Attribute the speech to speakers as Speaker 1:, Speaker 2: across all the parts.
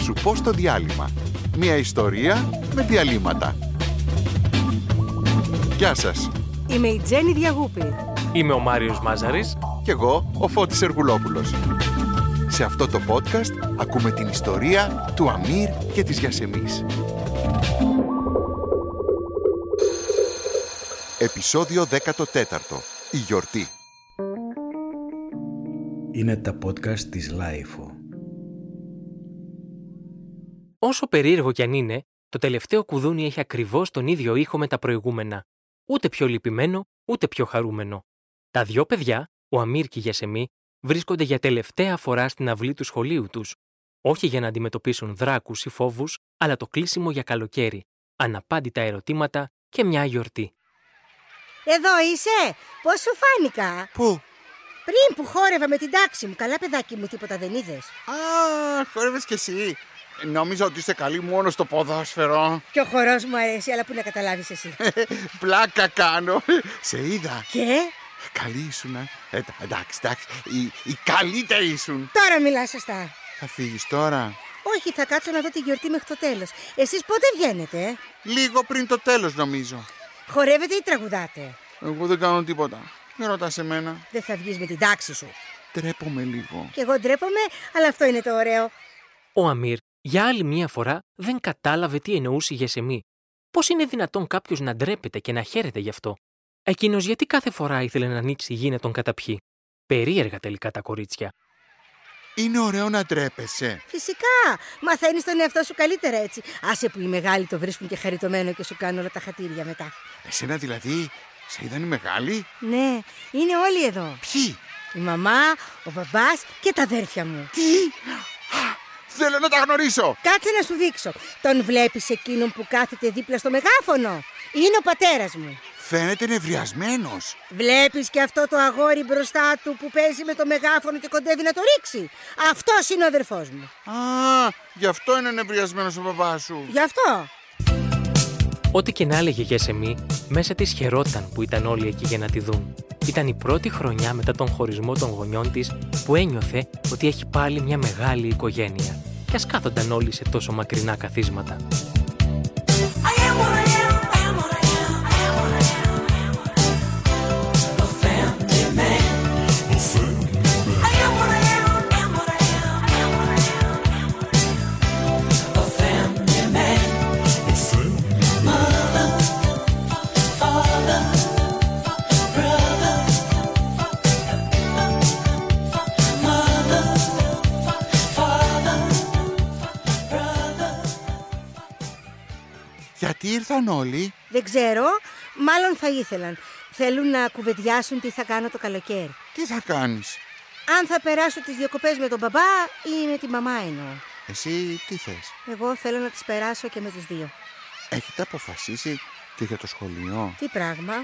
Speaker 1: σου πω στο διάλειμμα. Μια ιστορία με διαλύματα. Γεια σας.
Speaker 2: Είμαι η Τζέννη Διαγούπη.
Speaker 3: Είμαι ο Μάριος Μάζαρης.
Speaker 1: Κι εγώ, ο Φώτης Εργουλόπουλος. Σε αυτό το podcast ακούμε την ιστορία του Αμύρ και της Γιασεμής. Επισόδιο 14. Η γιορτή.
Speaker 4: Είναι τα podcast της Λάιφο.
Speaker 3: Όσο περίεργο κι αν είναι, το τελευταίο κουδούνι έχει ακριβώς τον ίδιο ήχο με τα προηγούμενα. Ούτε πιο λυπημένο, ούτε πιο χαρούμενο. Τα δυο παιδιά, ο Αμύρ και η Γιασεμή, βρίσκονται για τελευταία φορά στην αυλή του σχολείου τους. Όχι για να αντιμετωπίσουν δράκους ή φόβους, αλλά το κλείσιμο για καλοκαίρι. Αναπάντητα ερωτήματα και μια γιορτή.
Speaker 2: Εδώ είσαι! Πώς σου φάνηκα!
Speaker 5: Πού?
Speaker 2: Πριν που χόρευα με την τάξη μου, καλά παιδάκι μου, τίποτα δεν είδες.
Speaker 5: Α, χόρευες κι εσύ. Νόμιζα ότι είστε καλοί μόνο στο ποδόσφαιρο.
Speaker 2: Και ο χορός μου αρέσει, αλλά πού να καταλάβεις εσύ.
Speaker 5: Πλάκα κάνω. Σε είδα.
Speaker 2: και
Speaker 5: Καλή ήσουνα. Ε, τα- εντάξει, εντάξει. Οι, οι καλύτεροι ήσουν.
Speaker 2: τώρα μιλάς σωστά.
Speaker 5: Θα φύγεις τώρα.
Speaker 2: Όχι, θα κάτσω να δω τη γιορτή μέχρι το τέλος. Εσείς πότε βγαίνετε, ε?
Speaker 5: Λίγο πριν το τέλος νομίζω.
Speaker 2: Χορεύετε ή τραγουδάτε.
Speaker 5: Εγώ δεν κάνω τίποτα. Μην ρωτάς εμένα.
Speaker 2: Δεν θα βγεις με την τάξη σου.
Speaker 5: Τρέπομαι λίγο.
Speaker 2: Και εγώ ντρέπομαι, αλλά αυτό είναι το ωραίο.
Speaker 3: Ο Αμύρ, για άλλη μία φορά, δεν κατάλαβε τι εννοούσε η Γεσεμή. Πώς είναι δυνατόν κάποιος να ντρέπεται και να χαίρεται γι' αυτό. Εκείνος γιατί κάθε φορά ήθελε να ανοίξει η γη να τον καταπιεί. Περίεργα τελικά τα κορίτσια.
Speaker 5: Είναι ωραίο να τρέπεσαι.
Speaker 2: Φυσικά, μαθαίνεις τον εαυτό σου καλύτερα έτσι. Άσε που οι μεγάλοι το βρίσκουν και χαριτωμένο και σου κάνουν όλα τα χατήρια μετά.
Speaker 5: Εσένα δηλαδή, σε είδαν οι μεγάλοι.
Speaker 2: Ναι, είναι όλοι εδώ.
Speaker 5: Ποιοι.
Speaker 2: Η μαμά, ο μπαμπάς και τα αδέρφια μου.
Speaker 5: Τι. Α, Θέλω να τα γνωρίσω.
Speaker 2: Κάτσε να σου δείξω. Τον βλέπεις εκείνον που κάθεται δίπλα στο μεγάφωνο. Είναι ο πατέρας μου.
Speaker 5: Φαίνεται νευριασμένος.
Speaker 2: Βλέπεις και αυτό το αγόρι μπροστά του που παίζει με το μεγάφωνο και κοντεύει να το ρίξει. Αυτός είναι ο αδερφός μου.
Speaker 5: Α, γι' αυτό είναι νευριασμένος ο παπάς σου.
Speaker 2: Γι' αυτό.
Speaker 3: Ό,τι και να έλεγε η Γεσεμή, μέσα της χαιρόταν που ήταν όλοι εκεί για να τη δουν. Ήταν η πρώτη χρονιά μετά τον χωρισμό των γονιών της που ένιωθε ότι έχει πάλι μια μεγάλη οικογένεια. Κι ας κάθονταν όλοι σε τόσο μακρινά καθίσματα.
Speaker 6: I am what I am, I am what I am, I am what I am, I am what I am. A family man. I am what I am, I am what I am, I am what I am, I am what I am. A family man. Mother, father, brother, mother, father, brother.
Speaker 5: Γιατί ήρθαν όλοι.
Speaker 2: Δεν ξέρω, μάλλον θα ήθελαν. Θέλουν να κουβεντιάσουν τι θα κάνω το καλοκαίρι.
Speaker 5: Τι θα κάνεις.
Speaker 2: Αν θα περάσω τις διακοπές με τον μπαμπά ή με τη μαμά εννοώ.
Speaker 5: Εσύ τι θες.
Speaker 2: Εγώ θέλω να τις περάσω και με τους δύο.
Speaker 5: Έχετε αποφασίσει και για το σχολείο.
Speaker 2: Τι πράγμα.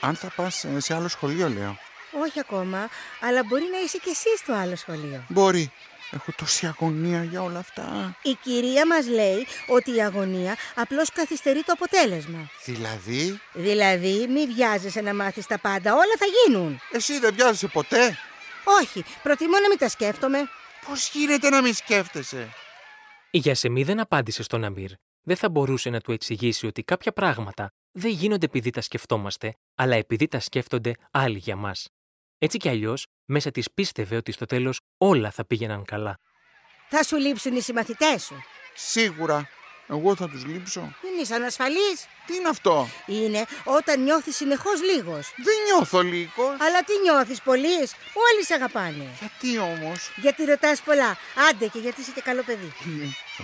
Speaker 5: Αν θα πας ε, σε άλλο σχολείο λέω.
Speaker 2: Όχι ακόμα, αλλά μπορεί να είσαι κι εσύ στο άλλο σχολείο.
Speaker 5: Μπορεί. Έχω τόση αγωνία για όλα αυτά.
Speaker 2: Η κυρία μας λέει ότι η αγωνία απλώς καθυστερεί το αποτέλεσμα.
Speaker 5: Δηλαδή,
Speaker 2: Δηλαδή, μη βιάζεσαι να μάθεις τα πάντα, όλα θα γίνουν.
Speaker 5: εσύ δεν βιάζεσαι ποτέ.
Speaker 2: Όχι, προτιμώ να μην τα σκέφτομαι.
Speaker 5: Πώς γίνεται να μην σκέφτεσαι.
Speaker 3: Η Γιασεμή δεν απάντησε στον Αμύρ. Δεν θα μπορούσε να του εξηγήσει ότι κάποια πράγματα δεν γίνονται επειδή τα σκεφτόμαστε, αλλά επειδή τα σκέφτονται άλλοι για μας. Έτσι κι αλλιώς, μέσα της πίστευε ότι στο τέλος όλα θα πήγαιναν καλά.
Speaker 2: Θα σου λείψουν οι συμμαθητές σου.
Speaker 5: Σίγουρα. Εγώ θα τους λείψω.
Speaker 2: Δεν είσαι ανασφαλής.
Speaker 5: Τι είναι αυτό.
Speaker 2: Είναι όταν νιώθεις συνεχώς λίγος.
Speaker 5: Δεν νιώθω λίγος.
Speaker 2: Αλλά τι νιώθεις πολύ, όλοι σε αγαπάνε.
Speaker 5: Γιατί όμως. Ε,
Speaker 2: Γιατί ρωτάς πολλά, άντε και γιατί είσαι και καλό παιδί.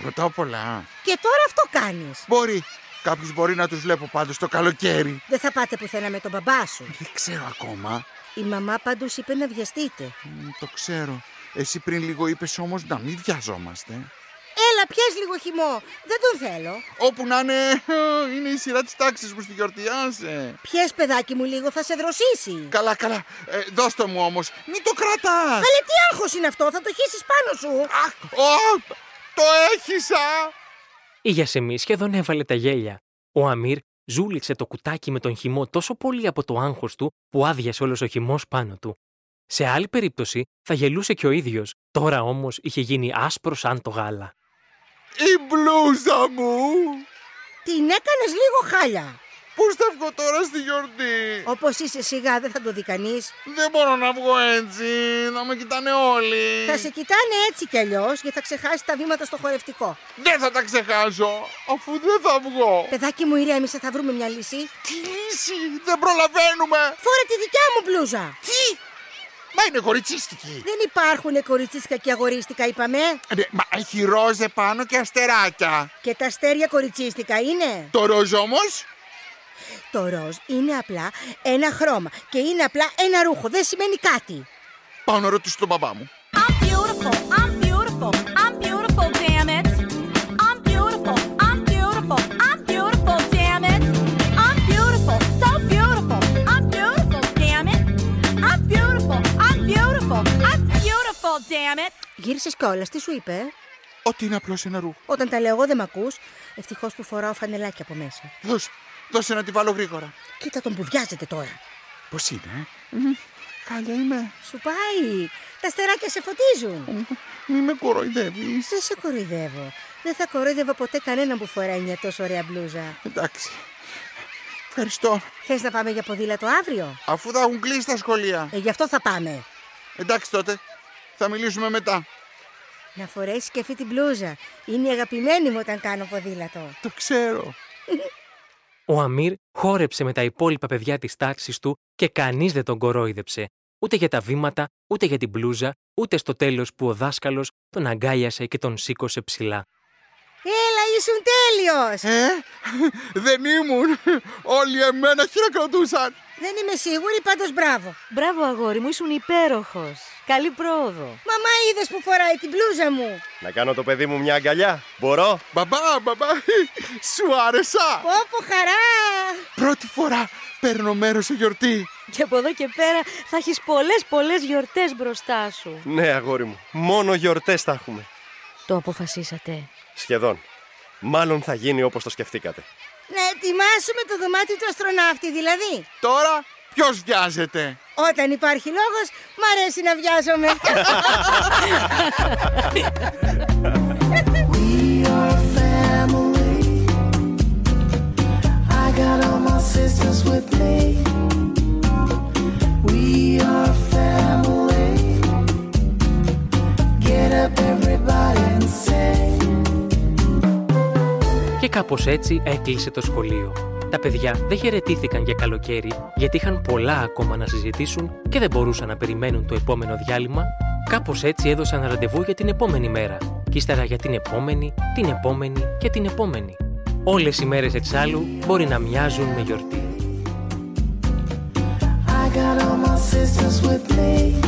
Speaker 5: Ρωτάω πολλά.
Speaker 2: Και τώρα αυτό κάνεις.
Speaker 5: Μπορεί. Κάποιους μπορεί να τους βλέπω πάντως το καλοκαίρι.
Speaker 2: Δεν θα πάτε πουθενά με τον μπαμπά σου.
Speaker 5: Δεν ξέρω ακόμα.
Speaker 2: Η μαμά πάντως είπε να βιαστείτε.
Speaker 5: Μ, Το ξέρω. Εσύ πριν λίγο είπες όμως να μην βιαζόμαστε.
Speaker 2: Έλα, πιες λίγο χυμό. Δεν τον θέλω.
Speaker 5: Όπου να είναι, ε, είναι η σειρά της τάξης μου στη γιορτή, άσε.
Speaker 2: Πιες, παιδάκι μου, λίγο θα σε δροσίσει.
Speaker 5: Καλά, καλά. Ε, δώσ' το μου όμως. Μην το κρατάς.
Speaker 2: Αλλά τι άγχος είναι αυτό, θα το χύσεις πάνω σου.
Speaker 5: Αχ, ω, το έχισα.
Speaker 3: Η Γιασεμή σχεδόν έβαλε τα γέλια. Ο Αμύρ ζούληξε το κουτάκι με τον χυμό τόσο πολύ από το άγχος του που άδειασε όλος ο χυμός πάνω του. Σε άλλη περίπτωση θα γελούσε και ο ίδιος, τώρα όμως είχε γίνει άσπρο σαν το γάλα.
Speaker 5: Η μπλούζα μου!
Speaker 2: Την έκανες λίγο χάλια.
Speaker 5: Πώς θα βγω τώρα στη γιορτή!
Speaker 2: Όπως είσαι σιγά δεν θα το δει κανείς.
Speaker 5: Δεν μπορώ να βγω έτσι, να με κοιτάνε όλοι.
Speaker 2: Θα σε κοιτάνε έτσι κι αλλιώς γιατί θα ξεχάσεις τα βήματα στο χορευτικό.
Speaker 5: Δεν θα τα ξεχάσω, αφού δεν θα βγω.
Speaker 2: Παιδάκι μου, ηρέμησε, θα βρούμε μια λύση.
Speaker 5: Ε, Τι λύση, δεν προλαβαίνουμε.
Speaker 2: Φόρε τη δικιά μου μπλούζα.
Speaker 5: Τι, μα είναι κοριτσίστικη.
Speaker 2: Δεν υπάρχουν κοριτσίσκα και αγορίστικα, είπαμε.
Speaker 5: Ναι, μα έχει ροζ επάνω και αστεράκια.
Speaker 2: Και τα αστέρια κοριτσίστικα είναι.
Speaker 5: Το ροζ όμως,
Speaker 2: Το ροζ είναι απλά ένα χρώμα και είναι απλά ένα ρούχο. Δεν σημαίνει κάτι.
Speaker 5: πάω να ρωτήσω τον μπαμπά μου.
Speaker 7: I'm beautiful, I'm beautiful, I'm beautiful, damn it. I'm beautiful, I'm beautiful, I'm beautiful, damn it. I'm beautiful, so beautiful, I'm beautiful, damn it. I'm beautiful, I'm beautiful, I'm beautiful, damn it.
Speaker 2: Γύρισες κιόλας, τι σου είπε. ε?
Speaker 5: Ότι είναι απλώς ένα ρούχο.
Speaker 2: Όταν τα λέω εγώ δεν μ' ακούς. Ευτυχώς που φοράω φανελάκι από μέσα.
Speaker 5: Δώσ' δώσε να τη βάλω γρήγορα.
Speaker 2: Κοίτα τον που βιάζεται τώρα.
Speaker 5: Πώς είναι, ε? Χάλια είμαι.
Speaker 2: Σου πάει. Τα αστεράκια σε φωτίζουν.
Speaker 5: Μη με κοροϊδεύεις.
Speaker 2: Δεν σε κοροϊδεύω. Δεν θα κοροϊδεύω ποτέ κανέναν που φοράει μια τόσο ωραία μπλούζα.
Speaker 5: Εντάξει. Ευχαριστώ.
Speaker 2: Θες να πάμε για ποδήλατο αύριο.
Speaker 5: Αφού θα έχουν κλείσει τα σχολεία.
Speaker 2: Ε, γι' αυτό θα πάμε.
Speaker 5: Εντάξει τότε. Θα μιλήσουμε μετά.
Speaker 2: Να φορέσεις και αυτή την μπλούζα. Είναι η αγαπημένη μου όταν κάνω ποδήλατο.
Speaker 5: Το ξέρω.
Speaker 3: Ο Αμύρ χόρεψε με τα υπόλοιπα παιδιά της τάξης του και κανείς δεν τον κορόιδεψε. Ούτε για τα βήματα, ούτε για την μπλούζα, ούτε στο τέλος που ο δάσκαλος τον αγκάλιασε και τον σήκωσε ψηλά.
Speaker 2: Έλα, ήσουν τέλειος!
Speaker 5: Ε, δεν ήμουν. Όλοι εμένα χειροκροτούσαν.
Speaker 2: Δεν είμαι σίγουρη, πάντως μπράβο.
Speaker 8: Μπράβο, αγόρι μου, ήσουν υπέροχος. Καλή πρόοδο.
Speaker 2: Μαμά, είδες που φοράει την μπλούζα μου.
Speaker 9: Να κάνω το παιδί μου μια αγκαλιά. Μπορώ.
Speaker 5: Μπαμπά, μπαμπά, σου άρεσα.
Speaker 2: Πόπο χαρά!
Speaker 5: Πρώτη φορά παίρνω μέρος σε γιορτή.
Speaker 8: Και από εδώ και πέρα θα έχεις πολλές, πολλές γιορτές μπροστά σου.
Speaker 9: Ναι, αγόρι μου. Μόνο γιορτές θα έχουμε.
Speaker 8: Το αποφασίσατε.
Speaker 9: Σχεδόν. Μάλλον θα γίνει όπως το σκεφτήκατε.
Speaker 2: Να ετοιμάσουμε το δωμάτιο του αστροναύτη, δηλαδή.
Speaker 5: Τώρα ποιος βιάζεται.
Speaker 2: Όταν υπάρχει λόγος, μ' αρέσει να βιάζομαι.
Speaker 6: We are a family. I got all my sisters with me. We are a family. Get up, everybody, and sing.
Speaker 3: Και κάπως έτσι έκλεισε το σχολείο. Τα παιδιά δεν χαιρετήθηκαν για καλοκαίρι γιατί είχαν πολλά ακόμα να συζητήσουν και δεν μπορούσαν να περιμένουν το επόμενο διάλειμμα. Κάπως έτσι έδωσαν ραντεβού για την επόμενη μέρα. Και ύστερα για την επόμενη, την επόμενη και την επόμενη. Όλες οι μέρες εξάλλου μπορεί να μοιάζουν με γιορτή.
Speaker 6: I got all my sisters with me.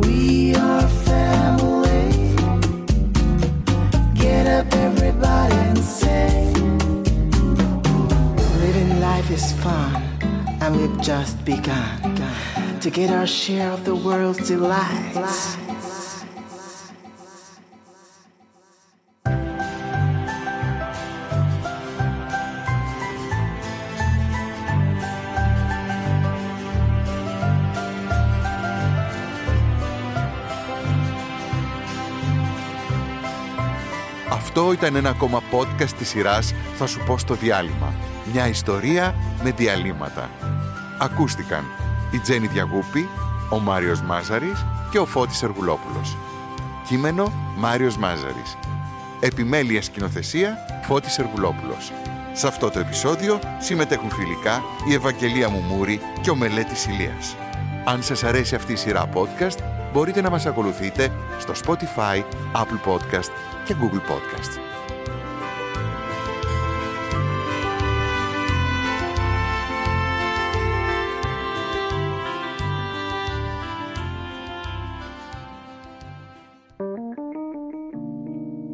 Speaker 6: We are a family. Get up, everybody, and sing. Living life is fun, and we've just begun to get our share of the world's delights.
Speaker 1: Αυτό ήταν ένα ακόμα podcast της σειράς «Θα σου πω στο διάλειμμα». Μια ιστορία με διαλύματα. Ακούστηκαν η Τζέννη Διαγούπη, ο Μάριος Μάζαρης και ο Φώτης Εργουλόπουλος. Κείμενο Μάριος Μάζαρης. Επιμέλεια σκηνοθεσία Φώτης Εργουλόπουλος. Σε αυτό το επεισόδιο συμμετέχουν φιλικά η Ευαγγελία Μουμούρη και ο Μελέτης Ηλίας. Αν σας αρέσει αυτή η σειρά podcast, μπορείτε να μας ακολουθείτε στο Spotify, Apple Podcast και Google Podcast.